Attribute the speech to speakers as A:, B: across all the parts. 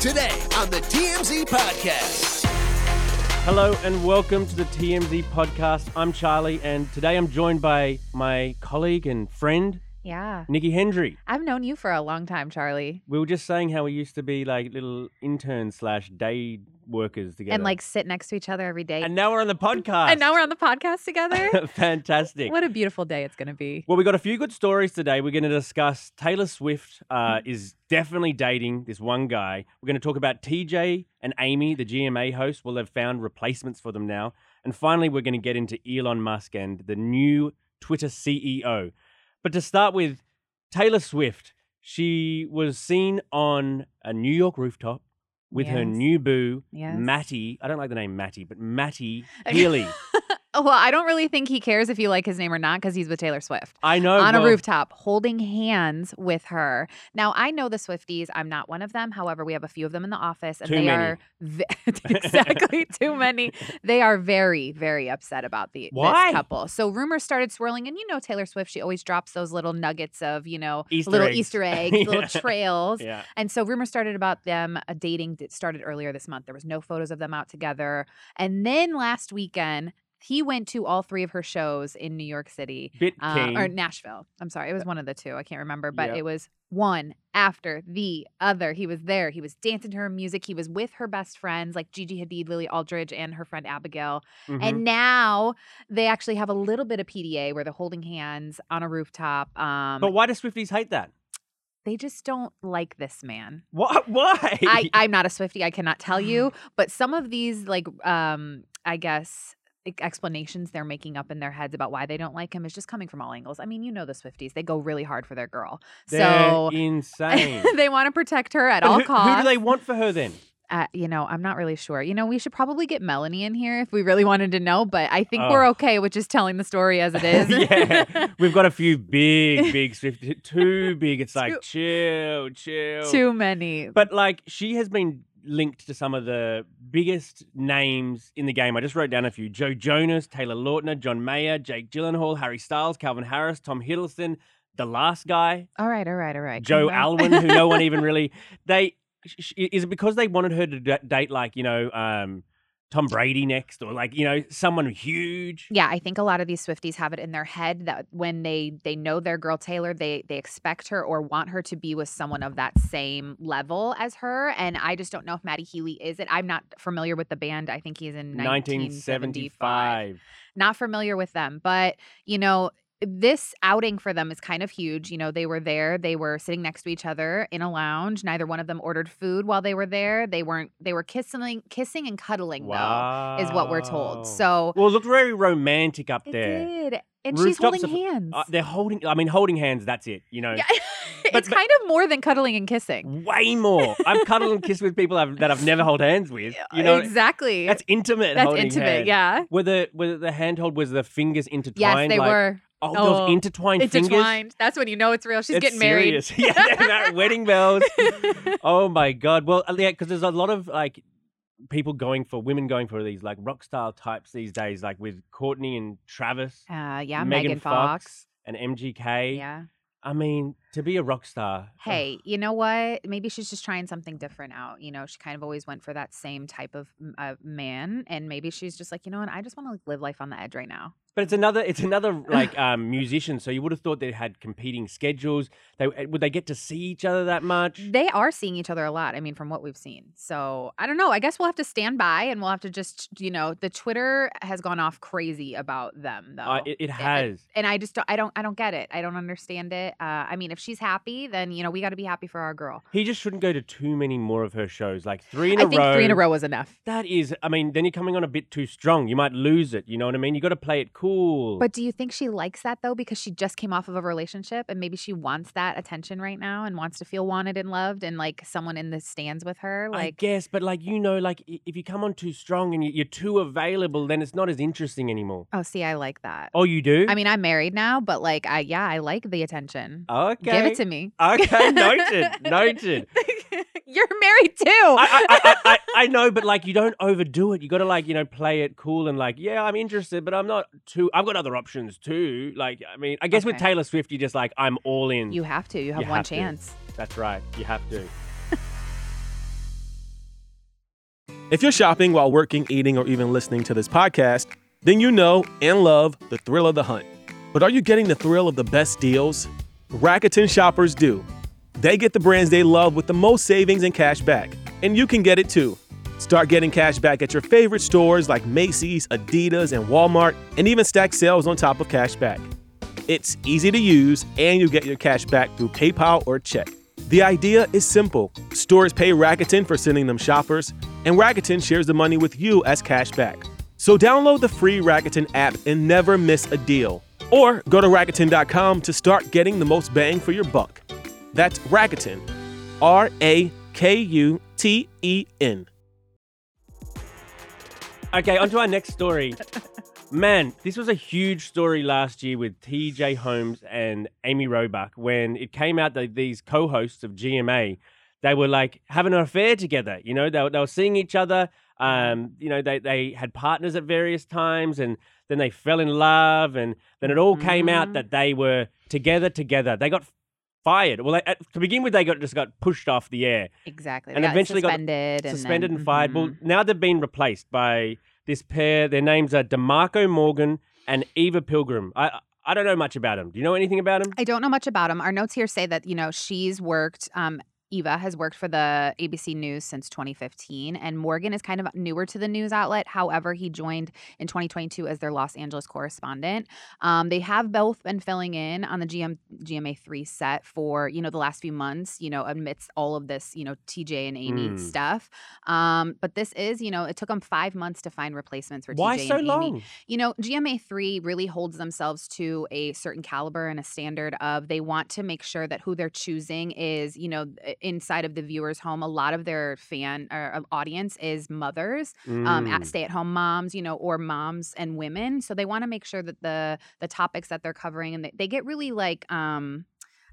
A: today on the TMZ Podcast.
B: Hello and welcome to the TMZ podcast. I'm Charlie, and today I'm joined by my colleague and friend
C: Yeah.
B: Nikki Hendry.
C: I've known you for a long time, Charlie.
B: We were just saying how we used to be like little interns slash day workers together,
C: And like sit next to each other every day.
B: and
C: And,
B: now we're on the podcast.
C: now we're on the podcast together.
B: fantastic.
C: what a beautiful day it's going to be.
B: Well, we got a few good stories today. We're going to discuss Taylor Swift uh,
C: Mm-hmm.
B: is definitely dating this one guy. We're going to talk about TJ and Amy, the GMA host. Well, they've found replacements for them now. And finally, we're going to get into Elon Musk and the new Twitter CEO. But to start with, Taylor Swift, she was seen on a New York rooftop with her
C: Yes.
B: new boo,
C: Yes.
B: Matty. I don't like the name Matty, but Matty Healy.
C: Oh, well, I don't really think he cares if you like his name or not because he's with Taylor Swift.
B: I know.
C: on
B: Oh, well,
C: a rooftop, holding hands with her. Now, I know the Swifties. I'm not one of them. However, we have a few of them in the office, and
B: Too
C: they
B: many.
C: are ve- exactly too many. They are very, very upset about the
B: Why?
C: this couple. So rumors started swirling, and you know Taylor Swift. She always drops those little nuggets of you know
B: Easter
C: little
B: eggs.
C: Easter eggs,
B: Yeah.
C: little trails.
B: Yeah.
C: And so rumors started about them uh, dating that started earlier this month. There was no photos of them out together. And then last weekend, he went to all three of her shows in New York City
B: Bit
C: uh,
B: keen.
C: or Nashville. I'm sorry, it was one of the two. I can't remember, but
B: Uh, Yeah.
C: it was one after the other. He was there. He was dancing to her music. He was with her best friends like Gigi Hadid, Lily Aldridge, and her friend Abigail.
B: Mhm.
C: And now they actually have a little bit of PDA where they're holding hands on a rooftop. Um,
B: But why do Swifties hate that?
C: they just don't like this man.
B: What? Why?
C: I, uh, I'm not a Swifty. I cannot tell you. But some of these, like, um, I guess like, explanations they're making up in their heads about why they don't like him is just coming from all angles. I mean, you know the Swifties; they go really hard for their girl,
B: They're
C: so
B: insane.
C: they want to protect her at
B: But
C: all
B: who,
C: costs.
B: Who do they want for her then?
C: Uh, you know, I'm not really sure. You know, we should probably get Melanie in here if we really wanted to know, but I think we're
B: Oh.
C: okay with just telling the story as it is.
B: yeah, we've got a few big, big Swift. Too big. It's like chill, chill.
C: Too many.
B: But like, she has been linked to some of the biggest names in the game. I just wrote down a few: Joe Jonas, Taylor Lautner, John Mayer, Jake Gyllenhaal, Harry Styles, Calvin Harris, Tom Hiddleston, the last guy,
C: All right, all right, all right.
B: Joe
C: Calm
B: Alwyn,
C: down.
B: who no one even really they sh- sh- is it because they wanted her to da- date like you know um, Tom Brady next or like you know someone huge.
C: Yeah, I think a lot of these Swifties have it in their head that when they they know their girl Taylor, they they expect her or want her to be with someone of that same level as her. And I just don't know if Maddie Healy is it. I'm not familiar with the band. I think he's in 1975
B: 1975.
C: not familiar with them, but you know, this outing for them is kind of huge. You know, they were there, they were sitting next to each other in a lounge. Neither one of them ordered food while they were there. They weren't they were kissing kissing and cuddling
B: Wow.
C: though, is what we're told. So
B: Well, it looked very romantic up
C: it
B: there.
C: did. And she's
B: Rooftops
C: holding
B: of-
C: hands.
B: Uh, they're holding, I mean, holding hands, that's it, you know.
C: yeah.
B: But-
C: it's
B: but-
C: kind of more than cuddling and kissing.
B: Way more. I've cuddled and kissed with people I've, that I've never held hands with. You know,
C: exactly.
B: that's intimate.
C: That's
B: holding
C: intimate.
B: hands.
C: Yeah.
B: Were the were the handhold was the fingers
C: Yes,
B: intertwined?
C: they
B: like,
C: were
B: Oh, those
C: Oh,
B: intertwined fingers.
C: intertwined. That's when you know it's real. She's
B: That's
C: getting married.
B: serious. yeah, they're mar- wedding bells. oh my god. Well, uh, yeah, because there's a lot of like people going for women going for these like rock style types these days, like with Courtney and Travis.
C: Uh,
B: Megan, eh?
C: yeah, Megan Fox.
B: and MGK.
C: Yeah.
B: I mean, to be a rock star. ugh,
C: Hey, you know what? Maybe she's just trying something different out. You know, she kind of always went for that same type of m- uh, man, and maybe she's just like, you know what? I just want to live life on the edge right now.
B: But it's another it's another like um musician, so you would have thought they had competing schedules. They uh, would they get to see each other that much?
C: They are seeing each other a lot. I mean, from what we've seen. So I don't know. I guess we'll have to stand by and we'll have to just, you know, the Twitter has gone off crazy about them though.
B: Uh, it, it has.
C: and I just don't, I don't I don't get it. I don't understand it. Uh, I mean, if she's happy, then you know we got to be happy for our girl.
B: he just shouldn't go to too many more of her shows, like three in
C: I
B: a
C: think
B: row.
C: three in a row was enough.
B: That is, I mean, then you're coming on a bit too strong. You might lose it. You know what I mean? You got to play it cool.
C: But do you think she likes that though? Because she just came off of a relationship and maybe she wants that attention right now and wants to feel wanted and loved and like someone in the stands with her.
B: I
C: Like,
B: guess, but like you know, like i- if you come on too strong and you- you're too available, then it's not as interesting anymore.
C: oh, see, I like that.
B: Oh, you do?
C: I mean, I'm married now, but like, I, yeah, I like the attention.
B: okay.
C: Give it to me.
B: Okay, noted, noted.
C: You're married too.
B: I, I, I, I, I know, but like you don't overdo it. You got to like you know play it cool and like yeah, I'm interested, but I'm not too. I've got other options too. Like I mean, I guess with
C: Okay.
B: Taylor Swift, you just like I'm all in.
C: you have to. You have
B: You
C: one
B: have to.
C: chance.
B: That's right. You have to.
D: If you're shopping while working, eating, or even listening to this podcast, then you know and love the thrill of the hunt. But are you getting the thrill of the best deals? Rakuten shoppers do. They get the brands they love with the most savings and cash back, and you can get it too. Start getting cash back at your favorite stores like Macy's, Adidas, and Walmart, and even stack sales on top of cash back. It's easy to use, and you get your cash back through PayPal or check. The idea is simple stores pay Rakuten for sending them shoppers, and Rakuten shares the money with you as cash back. So download the free Rakuten app and never miss a deal. Or go to Rakuten.com to start getting the most bang for your buck. That's Rakuten, R A K U T E N.
B: Okay, on to our next story. Man, this was a huge story last year with TJ Holmes and Amy Roebuck when it came out that these co-hosts of GMA, they were like having an affair together. You know, they were, they were seeing each other. Um, you know, they they had partners at various times, and then they fell in love, and then it all came out
C: Mhm.
B: that they were together together. They got fired. Well, they, at, to begin with, they got just got pushed off the air
C: Exactly.
B: And
C: they got
B: eventually got
C: suspended and
B: suspended
C: then-
B: and fired. Well,
C: mhm.
B: now they've been replaced by this pair. Their names are Demarco Morgan and Eva Pilgrim. I I- I don't know much about them. Do you know anything about them?
C: I don't know much about him. Our notes here say that you know she's worked. Um, Eva has worked for the ABC News since 2015, and Morgan is kind of newer to the news outlet. However, he joined in 2022 as their Los Angeles correspondent. Um, they have both been filling in on the GM GMA3 set for you know the last few months. You know, amidst all of this, you know TJ and Amy
B: Mm.
C: stuff. Um, but this is you know it took them five months to find replacements for
B: Why
C: TJ
B: so
C: and Amy
B: long?
C: you know, GMA3 really holds themselves to a certain caliber and a standard of they want to make sure that who they're choosing is, you know, i- inside of the viewer's home. A lot of their fan or uh, audience is mothers, um, at
B: Mm.
C: stay-at-home moms, you know, or moms and women. So they want to make sure that the the topics that they're covering and they, they get really like. Um,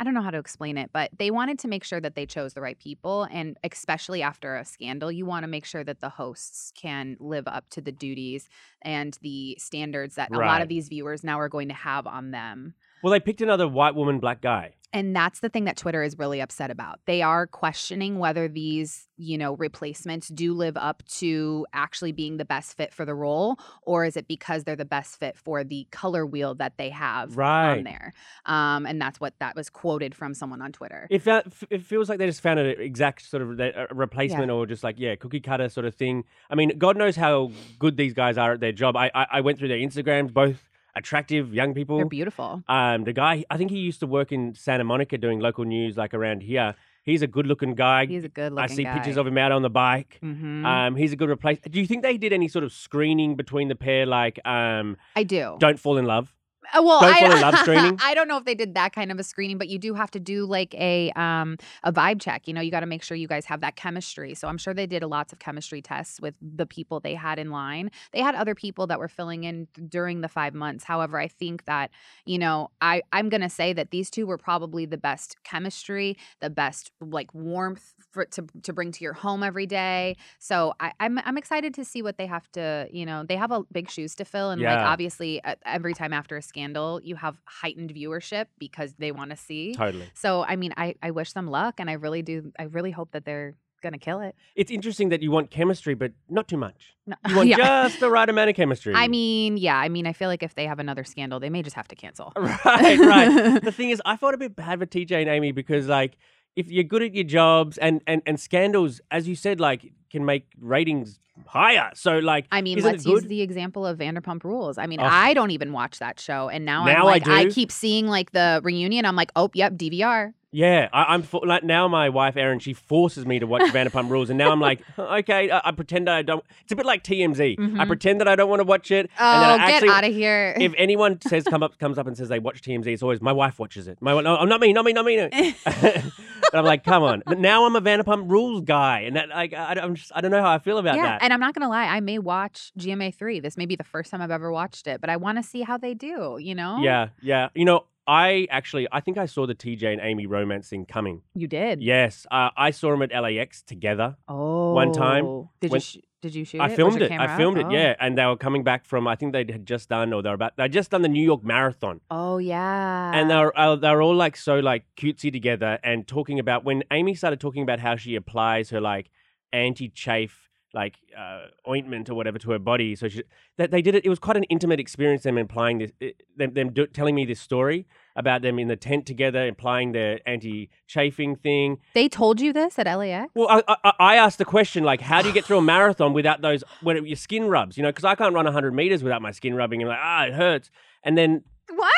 C: I don't know how to explain it, but they wanted to make sure that they chose the right people. And especially after a scandal, you want to make sure that the hosts can live up to the duties and the standards that a lot
B: Right.
C: of these viewers now are going to have on them.
B: Well, they picked another white woman, black guy.
C: And that's the thing that Twitter is really upset about. They are questioning whether these, you know, replacements do live up to actually being the best fit for the role, or is it because they're the best fit for the color wheel that they have
B: Right.
C: on there? Um, and that's what that was quoted from someone on Twitter.
B: It, felt, f- it feels like they just found an exact sort of re- a replacement or just like, yeah, cookie cutter sort of thing. I mean, God knows how good these guys are at their job. I, I, I went through their Instagrams, both attractive young people.
C: They're beautiful.
B: Um, the guy, I think he used to work in Santa Monica doing local news, like around here. He's a good-looking guy.
C: He's a good looking
B: I see pictures of him out on the bike.
C: hmm
B: Um, he's a good replace. Do you think they did any sort of screening between the pair, like um,
C: I do.
B: "Don't Fall in Love"?
C: Uh, well,
B: Don't
C: I,
B: fall in love screening?
C: I don't know if they did that kind of a screening, but you do have to do like a um a vibe check. You know, you got to make sure you guys have that chemistry. So I'm sure they did lots of chemistry tests with the people they had in line. They had other people that were filling in during the five months. However, I think that you know, I I'm gonna say that these two were probably the best chemistry, the best like warmth for to to bring to your home every day. So I, I'm I'm excited to see what they have to. You know, they have a big shoes to fill, and like
B: Yeah.
C: obviously, uh, every time after a scandal, you have heightened viewership because they want to see.
B: Totally.
C: So I mean, I I wish them luck, and I really do. I really hope that they're gonna kill it.
B: It's interesting that you want chemistry, but not too much.
C: No-
B: You want
C: Yeah.
B: just the right amount of chemistry.
C: I mean, yeah. I mean, I feel like if they have another scandal, they may just have to cancel.
B: right, right. the thing is, I felt a bit bad for TJ and Amy because, like, if you're good at your jobs and and and scandals, as you said, like, can make ratings higher. So, like,
C: I mean,
B: isn't
C: let's
B: it good?
C: use the example of Vanderpump Rules. I mean,
B: Ugh.
C: I don't even watch that show, and now,
B: Now I
C: I'm like, I,
B: do.
C: keep seeing like the reunion. I'm like, oh, yep, DVR.
B: Yeah, I, I'm for, like now my wife Erin she forces me to watch Vanderpump Rules, and now I'm like, "Uh, okay, I, I pretend I don't. It's a bit like TMZ. I
C: Mhm.
B: pretend that I don't want to watch it, and then
C: Oh,
B: I
C: get
B: actually.
C: out of here.
B: if anyone says come up comes up and says they watch TMZ, it's always my wife watches it. My wi- no, not me, not me, not me. no." and I'm like, come on. But now I'm a Vanderpump Rules guy, and that like I, I'm just I don't know how I feel about
C: yeah,
B: that.
C: and I'm not gonna lie, I may watch GMA three. This may be the first time I've ever watched it, but I want to see how they do. You know?
B: Yeah, yeah. You know, I actually I think I saw the TJ and Amy romance thing coming.
C: You did.
B: Yes, uh, I saw them at LAX together.
C: Oh.
B: time
C: Did
B: when-
C: you sh- did you shoot it?
B: I
C: Was
B: filmed
C: your
B: it.
C: camera
B: I
C: up?
B: filmed
C: Oh.
B: it. Yeah, and they were coming back from. I think they had just done, or they were about. They just done the New York Marathon,
C: Oh yeah.
B: and they were uh, they were all like so like cutesy together and talking about when Amy started talking about how she applies her like anti chafe like uh, ointment or whatever to her body. So she that they did it. It was quite an intimate experience. Them implying this, it, them them do, telling me this story about them in the tent together, implying their anti chafing thing.
C: they told you this at LAX.
B: Well, I, I, I asked the question like, how do you get through a marathon without those when it, your skin rubs? You know, because I can't run 100 meters without my skin rubbing, and like, ah, it hurts. And then
C: What?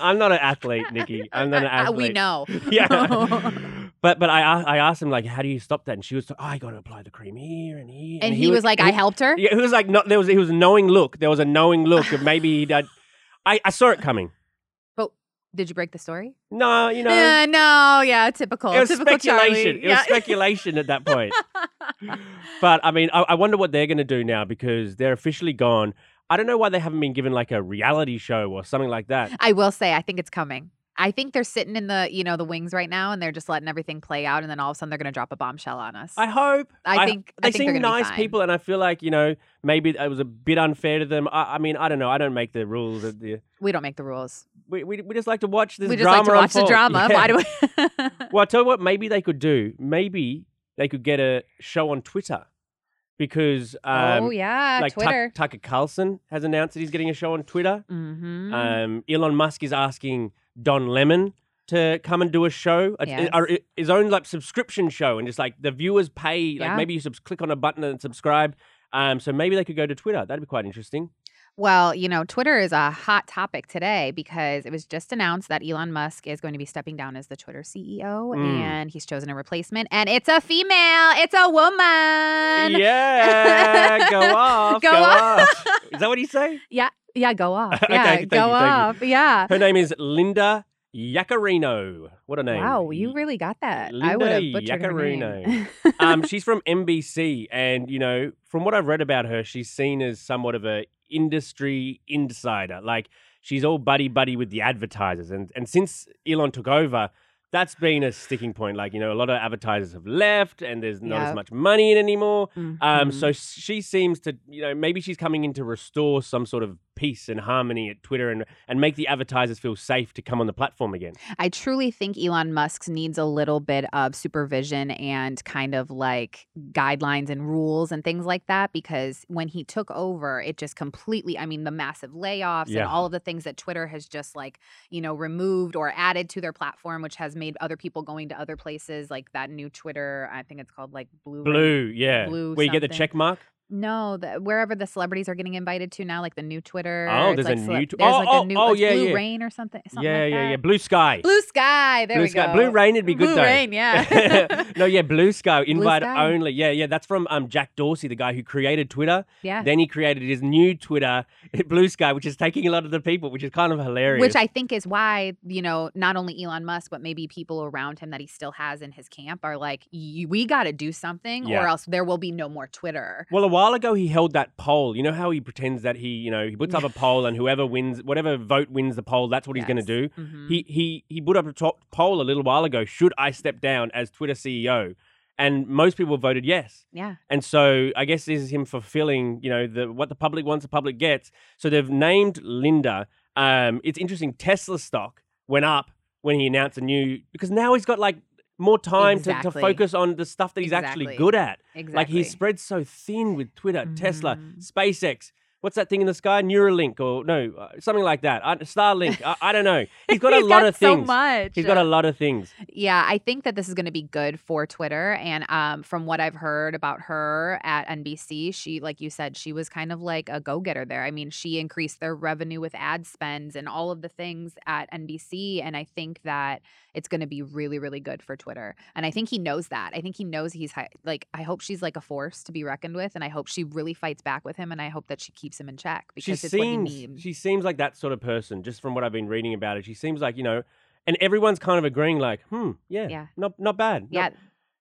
B: I'm not an athlete, Nikki. I'm not an
C: Uh,
B: athlete.
C: we know.
B: Yeah. but but I a- I asked him like, how do you stop that? And she was like, oh, I got to apply the cream here and here.
C: and he, was, like, I
B: he-
C: helped her.
B: Yeah, he was like, not there was he was a knowing look. There was a knowing look of maybe he'd. had- I I saw it coming.
C: Did you break the story?
B: No, you know.
C: Yeah, no, yeah, typical.
B: It was
C: typical
B: speculation.
C: Charlie.
B: It was speculation at that point. But I mean, I, I wonder what they're going to do now because they're officially gone. I don't know why they haven't been given like a reality show or something like that.
C: I will say, I think it's coming. I think they're sitting in the, you know, the wings right now, and they're just letting everything play out, and then all of a sudden they're going to drop a bombshell on us.
B: I hope. they
C: I think I think they're
B: seem
C: gonna be
B: nice
C: fine.
B: people, and I feel like you know maybe it was a bit unfair to them. I, I mean, I don't know. I don't make the rules. Of the,
C: We don't make the rules.
B: we, we we just like to watch this
C: we just
B: drama.
C: like to watch the
B: unfold.
C: drama.
B: Yeah.
C: Why do we?
B: Well, I tell you what, maybe they could do. Maybe they could get a show on Twitter because um,
C: oh yeah,
B: like Tuck-
C: Twitter.
B: Tucker Carlson has announced that he's getting a show on Twitter.
C: mm-hmm.
B: Um, Elon Musk is asking Don Lemon to come and do a show, a-
C: Yes.
B: a- a- his own like subscription show, and just like the viewers pay, like
C: Yeah.
B: maybe you subs- click on a button and subscribe. Um, so maybe they could go to Twitter. That'd be quite interesting.
C: Well, you know, Twitter is a hot topic today because it was just announced that Elon Musk is going to be stepping down as the Twitter CEO
B: Mm.
C: and he's chosen a replacement and it's a female. It's a woman.
B: yeah, go off,
C: Go
B: go,
C: off.
B: off. Is that what he say?
C: Yeah, go off.
B: Okay,
C: Yeah,
B: thank you,
C: go
B: thank
C: off. Yeah.
B: Her name is Linda Yaccarino. What a name!
C: Wow, you
B: Y-
C: really got that. I
B: Linda
C: would have butchered her name.
B: um, she's from NBC, and you know, from what I've read about her, she's seen as somewhat of a industry insider. Like she's all buddy buddy with the advertisers, and and since Elon took over, that's been a sticking point. Like you know, a lot of advertisers have left, and there's not
C: Yep.
B: as much money in anymore. Um,
C: Mhm.
B: so she seems to, you know, maybe she's coming in to restore some sort of peace and harmony at Twitter, and and make the advertisers feel safe to come on the platform again.
C: I truly think Elon Musk needs a little bit of supervision and kind of like guidelines and rules and things like that because when he took over, it just completely, I mean, the massive layoffs
B: Yeah.
C: and all of the things that Twitter has just like, you know, removed or added to their platform, which has made other people going to other places like that new Twitter, I think it's called like Blue. Ring-
B: Blue, yeah,
C: Blue
B: where you get the
C: something.
B: check mark.
C: No, the, wherever the celebrities are getting invited to now, like the new Twitter.
B: Oh,
C: it's
B: there's a
C: like
B: new tw-
C: there's
B: oh,
C: like
B: oh,
C: a new,
B: oh,
C: it's
B: yeah,
C: Blue
B: yeah.
C: Rain or something. something
B: yeah,
C: like
B: yeah,
C: that.
B: yeah. Blue sky.
C: Blue Sky. There
B: Blue
C: we
B: sky.
C: go.
B: Blue rain would be good
C: Blue
B: though.
C: Rain, yeah.
B: no, yeah, blue sky. Invite
C: Sky.
B: only. Yeah, yeah. That's from um Jack Dorsey, the guy who created Twitter.
C: yeah.
B: Then he created his new Twitter, Blue Sky, which is taking a lot of the people, which is kind of hilarious.
C: Which I think is why, you know, not only Elon Musk, but maybe people around him that he still has in his camp are like, "Y- we got to do something or
B: Yeah.
C: else there will be no more Twitter.
B: Well, a while ago he held that poll. You know how he pretends that he, you know, he puts up a poll and whoever wins, whatever vote wins the poll, that's what he's going
C: Yes.
B: to do.
C: Mhm.
B: He he he put up a top poll a little while ago. Should I step down as Twitter CEO? And most people voted yes.
C: yeah.
B: And so I guess this is him fulfilling, you know, the what the public wants, the public gets. So they've named Linda. Um, it's interesting. Tesla stock went up when he announced a new because now he's got like more time to, to
C: Exactly.
B: focus on the stuff that he's actually
C: Exactly.
B: good at.
C: Exactly.
B: Like he's spread so thin with Twitter, Tesla,
C: Mhm.
B: SpaceX. what's that thing in the sky? Neuralink or no, uh, something like that. Uh, Starlink. I, I don't know. He's got a
C: He's
B: lot of
C: so
B: things.
C: much.
B: He's got a lot of things.
C: Yeah, I think that this is going to be good for Twitter. And um, from what I've heard about her at NBC, she, like you said, she was kind of like a go getter there. I mean, she increased their revenue with ad spends and all of the things at NBC. And I think that it's going to be really, really good for Twitter. And I think he knows that. I think he knows he's hi- like, I hope she's like a force to be reckoned with. And I hope she really fights back with him. And I hope that she keeps him in check
B: She
C: because it's what he
B: seems
C: needs.
B: she seems like that sort of person, just from what I've been reading about it. She seems like, you know, and everyone's kind of agreeing, like, hmm, yeah,
C: Yeah.
B: not not bad. not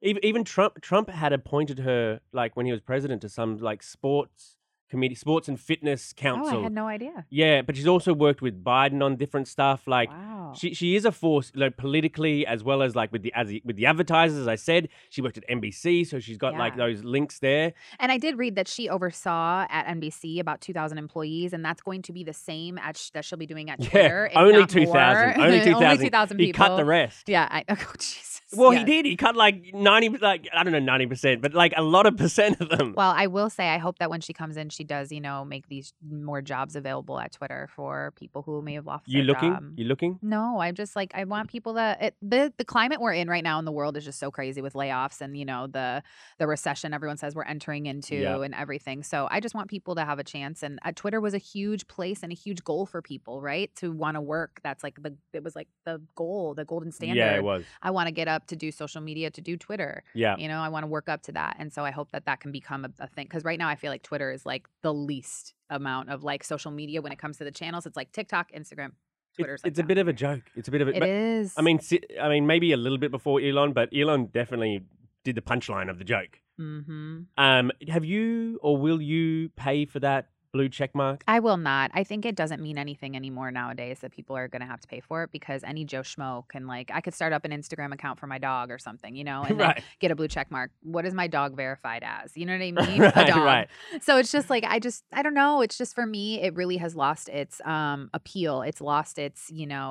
C: yeah,
B: Even, even Trump Trump had appointed her like when he was president to some like sports committee, sports and fitness council.
C: Oh, I had no idea.
B: yeah, but she's also worked with Biden on different stuff. Like
C: wow.
B: she she is a force like politically as well as like with the as the- with the advertisers. As I said, she worked at NBC, so she's got like
C: Yeah.
B: those links there.
C: And I did read that she oversaw at NBC about 2,000 employees, and that's going to be the same as sh- that she'll be doing at Twitter. if
B: yeah, only
C: not
B: two thousand.
C: more.
B: Only two
C: only
B: thousand.
C: 2,000
B: He
C: people.
B: cut the rest.
C: Yeah. I, oh, Jesus.
B: Well, he
C: Yes.
B: did. He cut like ninety, like I don't know, ninety percent, but like a lot of percent of them.
C: Well, I will say, I hope that when she comes in, she does, you know, make these more jobs available at Twitter for people who may have lost
B: you
C: their
B: looking?
C: job.
B: You looking?
C: No, I'm just like I want people that it, the the climate we're in right now in the world is just so crazy with layoffs and you know the the recession everyone says we're entering into
B: Yep.
C: and everything. So I just want people to have a chance and uh, Twitter was a huge place and a huge goal for people, right? To want to work. That's like the it was like the goal, the golden standard.
B: Yeah, it was.
C: I want to get up to do social media, to do Twitter.
B: Yeah.
C: You know, I want to work up to that. And so I hope that that can become a, a thing. Cause right now I feel like Twitter is like the least amount of like social media when it comes to the channels. It's like TikTok, Instagram, Twitter's.
B: It's, it's a bit of a joke. It's a bit of a.
C: It is.
B: but, I mean, si- I mean, maybe a little bit before Elon, but Elon definitely did the punchline of the joke.
C: hmm
B: Um, have you or will you pay for that blue check mark?
C: I will not. I think it doesn't mean anything anymore nowadays that people are going to have to pay for it because any Joe Schmo can, like, I could start up an Instagram account for my dog or something, you know, Oh, and like,
B: right.
C: get a blue check mark. What is my dog verified as? You know what I mean?
B: right.
C: a dog.
B: Right.
C: so it's just like i just i don't know it's just for me it really has lost its um appeal it's lost its you know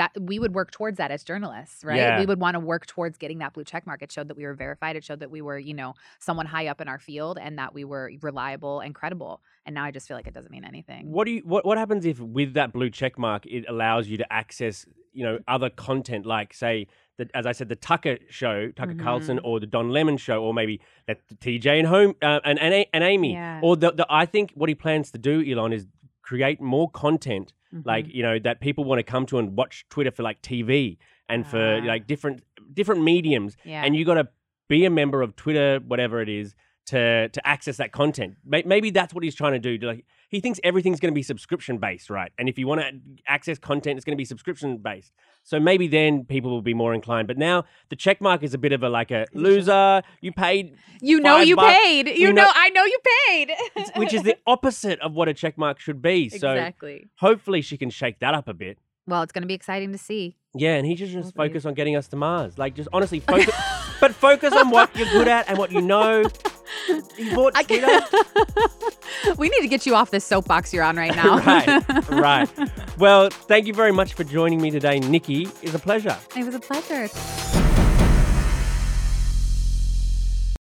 C: that we would work towards that as journalists right
B: Yeah.
C: we would want to work towards getting that blue check mark it showed that we were verified it showed that we were you know someone high up in our field and that we were reliable and credible and now i just feel like it doesn't mean anything
B: What do you? What What happens if with that blue check mark it allows you to access you know
C: Mm-hmm.
B: other content like say the, as I said the Tucker show Tucker
C: Mm-hmm.
B: Carlson or the Don Lemon show or maybe that TJ and Home uh, and and, A- and Amy
C: Yeah.
B: or the, the I think what he plans to do Elon is create more content like
C: Mm-hmm.
B: you know that people want to come to and watch Twitter for like TV and for
C: Ah.
B: like different different mediums
C: Mm-hmm, yeah
B: and you got to be a member of Twitter, whatever it is, to to access that content. May- Maybe that's what he's trying to do. to, Like he thinks everything's going to be subscription based, right? And if you want to access content, it's going to be subscription based. So maybe then people will be more inclined. But now the check mark is a bit of a like a loser. You paid,
C: you know
B: five
C: you
B: bucks-
C: paid you
B: know-
C: know, i know you paid
B: which is the opposite of what a check mark should be. So
C: exactly
B: hopefully she can shake that up a bit.
C: well it's going to be exciting to see
B: Yeah, and he should just
C: Hopefully.
B: focus on getting us to Mars. Like just honestly focus, but focus on what you're good at and what you know. He bought
C: I
B: Twitter.
C: can- we need to get you off this soapbox you're on right now.
B: right, right. Well, thank you very much for joining me today, Nikki. It's a pleasure.
C: It was a pleasure.